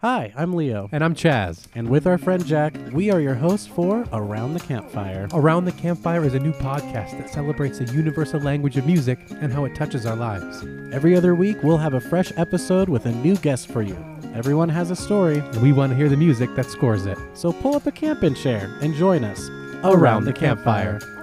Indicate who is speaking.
Speaker 1: Hi, I'm Leo.
Speaker 2: And I'm Chaz.
Speaker 1: And with our friend Jack, we are your hosts for Around the Campfire.
Speaker 2: Around the Campfire is a new podcast that celebrates the universal language of music and how it touches our lives.
Speaker 1: Every other week, we'll have a fresh episode with a new guest for you. Everyone has a story,
Speaker 2: And we want to hear the music that scores it.
Speaker 1: so pull up a camping chair and join us
Speaker 2: Around the Campfire.